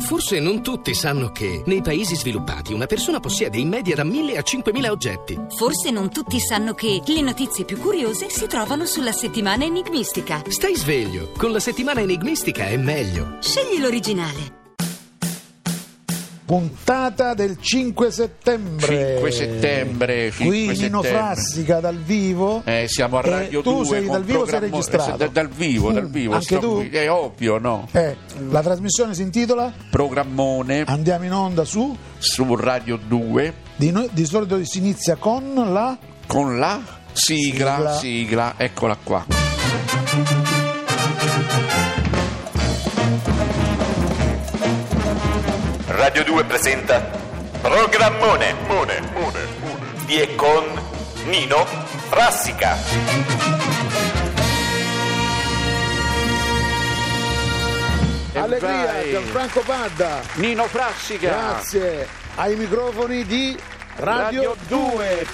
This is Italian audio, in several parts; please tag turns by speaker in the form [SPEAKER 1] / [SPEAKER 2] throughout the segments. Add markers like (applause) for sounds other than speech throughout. [SPEAKER 1] Forse non tutti sanno che nei paesi sviluppati una persona possiede in media da 1000 a 5000 oggetti.
[SPEAKER 2] Forse non tutti sanno che le notizie più curiose si trovano sulla settimana enigmistica.
[SPEAKER 1] Stai sveglio, con la settimana enigmistica è meglio.
[SPEAKER 2] Scegli l'originale.
[SPEAKER 3] puntata del 5 settembre
[SPEAKER 4] 5 settembre, 5
[SPEAKER 3] qui Nino
[SPEAKER 4] settembre.
[SPEAKER 3] Frassica dal vivo
[SPEAKER 4] Eh, siamo a
[SPEAKER 3] E
[SPEAKER 4] Radio 2
[SPEAKER 3] tu sei
[SPEAKER 4] con
[SPEAKER 3] dal vivo o sei
[SPEAKER 4] programma-
[SPEAKER 3] registrato?
[SPEAKER 4] eh, da- dal vivo, dal
[SPEAKER 3] Mm,
[SPEAKER 4] vivo,
[SPEAKER 3] anche
[SPEAKER 4] sto
[SPEAKER 3] tu?
[SPEAKER 4] qui. È ovvio, no?
[SPEAKER 3] Eh, la trasmissione si intitola
[SPEAKER 4] Programmone
[SPEAKER 3] Andiamo in onda su
[SPEAKER 4] su Radio 2
[SPEAKER 3] di, no- di solito si inizia con la
[SPEAKER 4] con la sigla,
[SPEAKER 3] Sigla.
[SPEAKER 4] sigla, eccola qua.
[SPEAKER 5] Radio 2 presenta Programmone Mone, mone, mone. di e con Nino Frassica.
[SPEAKER 4] E
[SPEAKER 3] Allegria
[SPEAKER 4] vai.
[SPEAKER 3] Gianfranco Padda
[SPEAKER 4] Nino Frassica.
[SPEAKER 3] grazie ai microfoni di Radio,
[SPEAKER 4] Radio
[SPEAKER 3] 2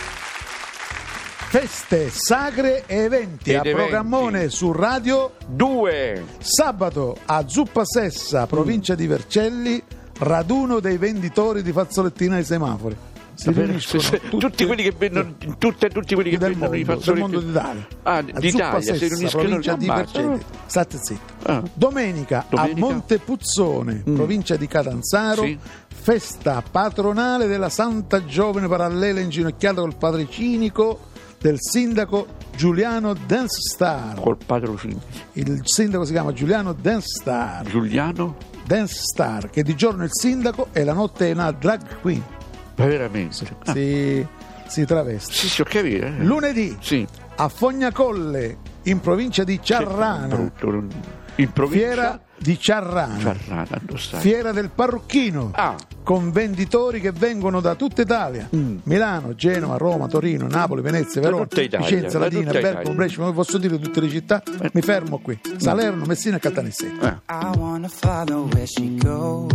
[SPEAKER 3] Feste, sacre e eventi
[SPEAKER 4] Ed
[SPEAKER 3] a
[SPEAKER 4] eventi.
[SPEAKER 3] programmone su Radio
[SPEAKER 4] 2.
[SPEAKER 3] Sabato a Zuppa Sessa, provincia di Vercelli, raduno dei venditori di fazzolettina ai semafori. Si riuniscono tutte-
[SPEAKER 4] tutti quelli che vendono tutte- tutti quelli che
[SPEAKER 3] del
[SPEAKER 4] vendono i
[SPEAKER 3] mondo, del
[SPEAKER 4] fazzoletti.
[SPEAKER 3] mondo d'Italia.
[SPEAKER 4] Ah,
[SPEAKER 3] A
[SPEAKER 4] d'Italia,
[SPEAKER 3] Zuppa
[SPEAKER 4] si
[SPEAKER 3] Sessa,
[SPEAKER 4] riuniscono-
[SPEAKER 3] provincia di
[SPEAKER 4] ammazza.
[SPEAKER 3] Vercelli. State zitti.
[SPEAKER 4] Ah.
[SPEAKER 3] Domenica, a
[SPEAKER 4] Domenica? Mm.
[SPEAKER 3] Montepuzzone, provincia di Catanzaro,
[SPEAKER 4] Sì.
[SPEAKER 3] festa patronale della Santa Giovane Parallela inginocchiata col padre cinico del sindaco Giuliano Dance Star.
[SPEAKER 4] Col patrocino
[SPEAKER 3] Il sindaco si chiama Giuliano Dance Star.
[SPEAKER 4] Giuliano,
[SPEAKER 3] dance star che di giorno è il sindaco e la notte è una drag queen.
[SPEAKER 4] ma veramente. Ah,
[SPEAKER 3] Si, si traveste.
[SPEAKER 4] sì, sì, ho capito. eh.
[SPEAKER 3] Lunedì
[SPEAKER 4] Sì.
[SPEAKER 3] a Fognacolle, in provincia di Ciarrana,
[SPEAKER 4] Brutto, non- In provincia
[SPEAKER 3] fiera di Ciarrana,
[SPEAKER 4] Ferrara, dove stai?
[SPEAKER 3] fiera del parrucchino.
[SPEAKER 4] Ah.
[SPEAKER 3] Con venditori che vengono da tutta Italia, Milano, Genova, Roma, Torino, Napoli, Venezia, Verona,
[SPEAKER 4] tutta Italia,
[SPEAKER 3] Vicenza,
[SPEAKER 4] Mm. da
[SPEAKER 3] Latina,
[SPEAKER 4] tutta
[SPEAKER 3] Bergamo,
[SPEAKER 4] Italia. Mm.
[SPEAKER 3] Brescia, non vi posso dire tutte le città, mi fermo qui. Salerno, Messina e Caltanissetta.
[SPEAKER 4] Eh.
[SPEAKER 6] I wanna follow where she goes.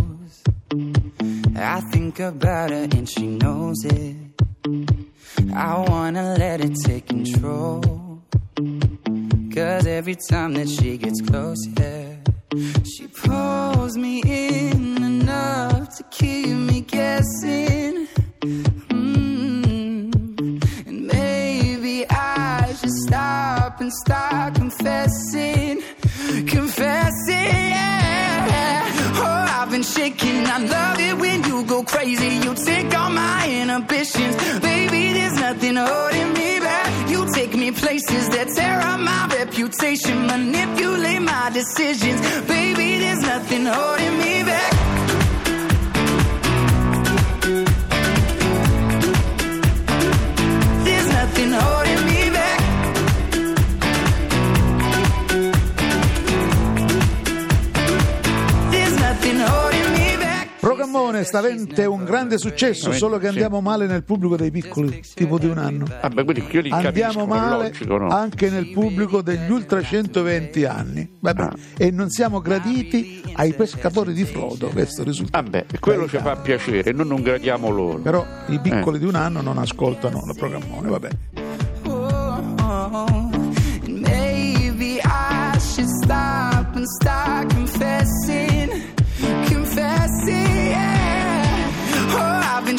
[SPEAKER 6] I think about her and she knows it. I wanna let it take control. Cause every time that she gets close, yeah, she pulls me in enough to keep me guessing. Mm. And maybe I should stop and start confessing, confessing. Yeah. Oh, I've been shaking. I love it when you go crazy. You take all my inhibitions, baby. There's nothing holding me back. You take me places that tear up my reputation, manipulate my decisions, baby. There's nothing holding me back. There's nothing holding me back. There's nothing holding me back.
[SPEAKER 3] Programmone stavente un grande successo, solo che
[SPEAKER 4] Sì.
[SPEAKER 3] andiamo male nel pubblico dei piccoli, tipo di un anno.
[SPEAKER 4] Ah, beh, quelli che io li
[SPEAKER 3] Andiamo
[SPEAKER 4] capisco, ma
[SPEAKER 3] male
[SPEAKER 4] logico, no?
[SPEAKER 3] anche nel pubblico degli ultra 120 anni. Vabbè,
[SPEAKER 4] Ah.
[SPEAKER 3] E non siamo graditi ai pescatori di frodo, questo risulta.
[SPEAKER 4] Vabbè, quello ci fa piacere, noi non gradiamo loro.
[SPEAKER 3] Però i
[SPEAKER 4] Eh.
[SPEAKER 3] piccoli di un anno non ascoltano il programmone, vabbè.
[SPEAKER 6] Oh, and maybe I should stop and start confessing, confessing. Yeah. Oh, I've been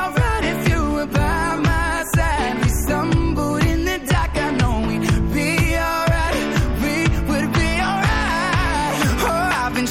[SPEAKER 6] alright if you were by my side. We stumbled in the dark, I know we'd be alright. We would be alright. Oh, I've been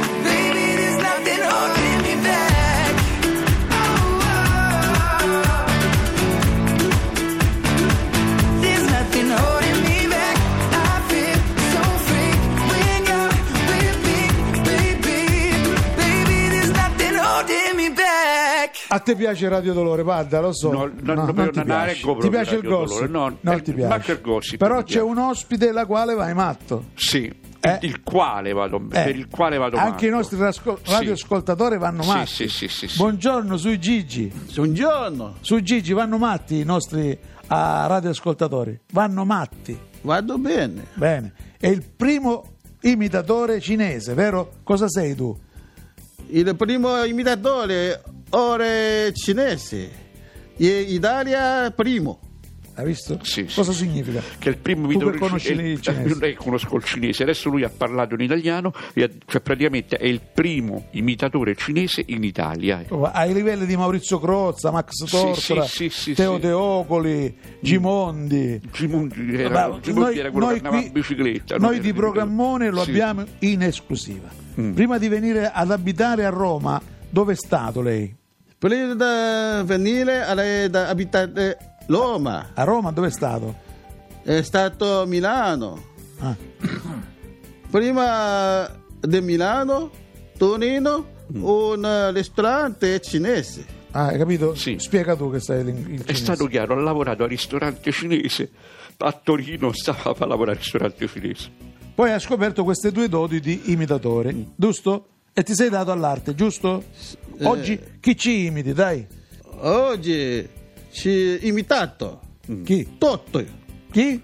[SPEAKER 3] A te piace Radio Dolore, guarda, lo so.
[SPEAKER 4] No, no, proprio
[SPEAKER 3] ti
[SPEAKER 4] non
[SPEAKER 3] piace.
[SPEAKER 4] reggo proprio
[SPEAKER 3] Ti piace il
[SPEAKER 4] Radio
[SPEAKER 3] gossip?
[SPEAKER 4] Dolore, no,
[SPEAKER 3] non
[SPEAKER 4] eh,
[SPEAKER 3] ti piace.
[SPEAKER 4] ma che gossip
[SPEAKER 3] Però
[SPEAKER 4] mi
[SPEAKER 3] c'è
[SPEAKER 4] piace?
[SPEAKER 3] un ospite la quale vai matto.
[SPEAKER 4] Sì,
[SPEAKER 3] Eh.
[SPEAKER 4] il quale vado,
[SPEAKER 3] Eh,
[SPEAKER 4] per il quale vado
[SPEAKER 3] Anche i
[SPEAKER 4] matto.
[SPEAKER 3] nostri rasco-
[SPEAKER 4] Sì.
[SPEAKER 3] radioascoltatori vanno
[SPEAKER 4] Sì,
[SPEAKER 3] matti.
[SPEAKER 4] sì, sì, sì, sì.
[SPEAKER 3] Buongiorno sui Gigi.
[SPEAKER 7] Buongiorno,
[SPEAKER 3] Su Gigi vanno matti i nostri ah, radioascoltatori. Vanno matti.
[SPEAKER 7] vado bene.
[SPEAKER 3] Bene. È il primo imitatore cinese, vero? Cosa sei tu?
[SPEAKER 7] Il primo imitatore ore cinese. E Italia primo.
[SPEAKER 3] Hai visto?
[SPEAKER 4] Sì, sì.
[SPEAKER 3] Cosa significa?
[SPEAKER 4] Che è il primo
[SPEAKER 3] Tu
[SPEAKER 4] video
[SPEAKER 3] che conosci il
[SPEAKER 4] cioè, Io
[SPEAKER 3] cinese.
[SPEAKER 4] lei conosco il cinese, adesso lui ha parlato in italiano, e ha- cioè praticamente è il primo imitatore cinese in Italia.
[SPEAKER 3] Oh, Ai livelli di Maurizio Crozza, Max Tortora,
[SPEAKER 4] sì, sì, sì,
[SPEAKER 3] Teo
[SPEAKER 4] sì. Mm.
[SPEAKER 3] Teocoli, Gimondi.
[SPEAKER 4] Gimondi era,
[SPEAKER 3] Vabbè,
[SPEAKER 4] Gimondi era quello che andava in bicicletta. non
[SPEAKER 3] noi
[SPEAKER 4] era
[SPEAKER 3] di
[SPEAKER 4] quello-
[SPEAKER 3] programmone lo
[SPEAKER 4] Sì. Mm.
[SPEAKER 3] abbiamo in esclusiva. Prima di venire ad abitare a Roma, dove è stato lei?
[SPEAKER 7] Prima da venire alle- da abitare Roma,
[SPEAKER 3] A Roma dove è stato?
[SPEAKER 7] è stato Milano.
[SPEAKER 3] Ah,
[SPEAKER 7] Prima di Milano, Torino, un ristorante cinese.
[SPEAKER 3] ah, hai capito?
[SPEAKER 4] Sì.
[SPEAKER 3] Spiega tu che sei il, il
[SPEAKER 4] È
[SPEAKER 3] cinese.
[SPEAKER 4] stato chiaro, ha lavorato al ristorante cinese, a Torino stava a lavorare al ristorante cinese.
[SPEAKER 3] Poi hai scoperto queste due doti di imitatore,
[SPEAKER 4] Mm.
[SPEAKER 3] giusto? E ti sei dato all'arte, giusto? Oggi chi ci imiti, dai?
[SPEAKER 7] Oggi ci imitato
[SPEAKER 4] Mm.
[SPEAKER 3] Chi?
[SPEAKER 7] Totto,
[SPEAKER 3] Chi?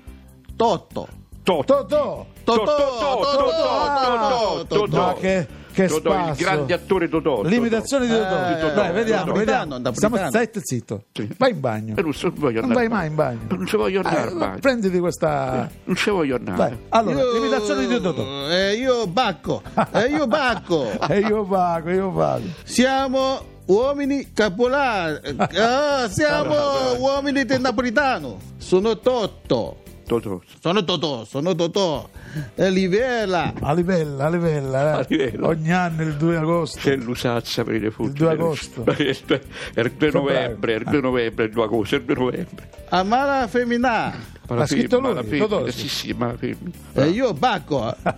[SPEAKER 7] Totto.
[SPEAKER 4] Toto,
[SPEAKER 3] Totò!
[SPEAKER 7] Totò,
[SPEAKER 4] Totò,
[SPEAKER 7] Totò,
[SPEAKER 4] Totò,
[SPEAKER 7] Totò,
[SPEAKER 4] Totò.
[SPEAKER 7] Totò.
[SPEAKER 3] Ma che, che
[SPEAKER 4] Totò, il
[SPEAKER 3] spasso.
[SPEAKER 4] grande attore Totò.
[SPEAKER 3] L'imitazione di Totò.
[SPEAKER 7] Ah,
[SPEAKER 4] Totò.
[SPEAKER 3] Dai, vediamo,
[SPEAKER 7] Napolitano,
[SPEAKER 3] vediamo.
[SPEAKER 7] napolitano.
[SPEAKER 3] Stiamo zitti, zitto.
[SPEAKER 4] Sì.
[SPEAKER 3] Vai in bagno.
[SPEAKER 4] Eh, non so, voglio
[SPEAKER 3] Non
[SPEAKER 4] andare
[SPEAKER 3] vai
[SPEAKER 4] in
[SPEAKER 3] mai in bagno. Eh,
[SPEAKER 4] Non ci voglio andare Eh. in bagno.
[SPEAKER 3] Prenditi questa...
[SPEAKER 4] Non ci voglio andare.
[SPEAKER 3] Vai. Allora,
[SPEAKER 7] Io-
[SPEAKER 3] l'imitazione di Totò.
[SPEAKER 7] Eh, io bacco, eh,
[SPEAKER 3] (laughs)
[SPEAKER 7] io bacco.
[SPEAKER 3] E Eh, io pago, io pago.
[SPEAKER 7] Siamo uomini capolari, eh, siamo uomini del napolitano. Sono Totto,
[SPEAKER 4] Totò.
[SPEAKER 7] sono Totò, sono Totò. Eh, Livella,
[SPEAKER 3] A livella, a livella. eh.
[SPEAKER 4] A livella.
[SPEAKER 3] Ogni anno il 2 agosto.
[SPEAKER 4] C'è l'usanza per i defunti.
[SPEAKER 3] Il 2 agosto.
[SPEAKER 4] È (laughs) il 2 è il
[SPEAKER 3] Febbraio.
[SPEAKER 4] 2 novembre, è il 2 novembre, il 2 agosto, è il 2 novembre.
[SPEAKER 7] amara femmina.
[SPEAKER 4] Ma
[SPEAKER 3] scritto lui, Totò.
[SPEAKER 4] Sì, sì, ma la (laughs) femmina.
[SPEAKER 7] Eh, io bacco, eh.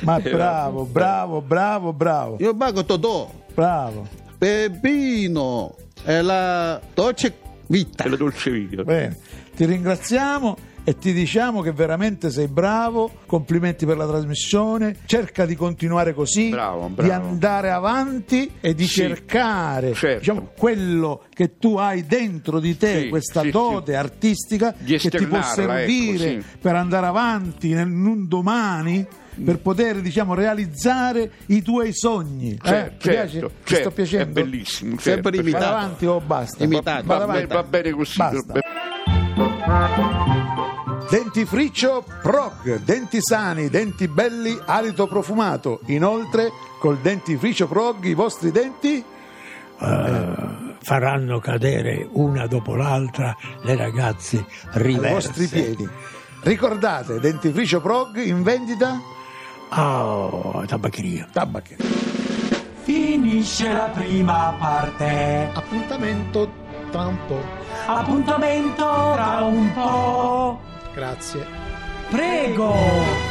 [SPEAKER 3] Ma
[SPEAKER 4] Eh,
[SPEAKER 3] bravo, bravo, bravo, bravo.
[SPEAKER 7] io bacco Totò.
[SPEAKER 3] Bravo.
[SPEAKER 7] Pepino è la dolce vita.
[SPEAKER 4] È la dolce vita.
[SPEAKER 3] Bene. Ti ringraziamo e ti diciamo che veramente sei bravo. Complimenti per la trasmissione. Cerca di continuare così,
[SPEAKER 4] Bravo,
[SPEAKER 3] di
[SPEAKER 4] bravo.
[SPEAKER 3] andare avanti e di
[SPEAKER 4] Sì,
[SPEAKER 3] cercare
[SPEAKER 4] certo.
[SPEAKER 3] diciamo, quello che tu hai dentro di te,
[SPEAKER 4] Sì,
[SPEAKER 3] questa
[SPEAKER 4] sì,
[SPEAKER 3] dote artistica
[SPEAKER 4] Di
[SPEAKER 3] che ti può
[SPEAKER 4] esternarla, ecco,
[SPEAKER 3] servire
[SPEAKER 4] sì.
[SPEAKER 3] per andare avanti nel, in un domani.
[SPEAKER 4] Mm.
[SPEAKER 3] Per poter diciamo, realizzare i tuoi sogni, Eh,
[SPEAKER 4] Certo,
[SPEAKER 3] ti piace?
[SPEAKER 4] certo,
[SPEAKER 3] Ti sto
[SPEAKER 4] certo,
[SPEAKER 3] piacendo?
[SPEAKER 4] È bellissimo.
[SPEAKER 7] Sempre
[SPEAKER 4] certo.
[SPEAKER 7] imitato.
[SPEAKER 3] Vado avanti o basta?
[SPEAKER 7] Imitato.
[SPEAKER 3] Vado
[SPEAKER 4] Va, bene-
[SPEAKER 3] avanti.
[SPEAKER 4] va bene così.
[SPEAKER 3] Basta.
[SPEAKER 4] Be-
[SPEAKER 3] Dentifriccio Prog, denti sani, denti belli, alito profumato. Inoltre, col dentifricio Prog i vostri denti
[SPEAKER 8] Eh, faranno cadere una dopo l'altra le ragazze
[SPEAKER 3] ai vostri
[SPEAKER 8] riverse.
[SPEAKER 3] piedi. Ricordate, dentifricio Prog in vendita
[SPEAKER 8] Oh, tabacchino.
[SPEAKER 3] tabacchino.
[SPEAKER 9] Finisce la prima parte,
[SPEAKER 3] Appuntamento tra un po'.
[SPEAKER 9] appuntamento tra un po'.
[SPEAKER 3] Grazie.
[SPEAKER 9] Prego!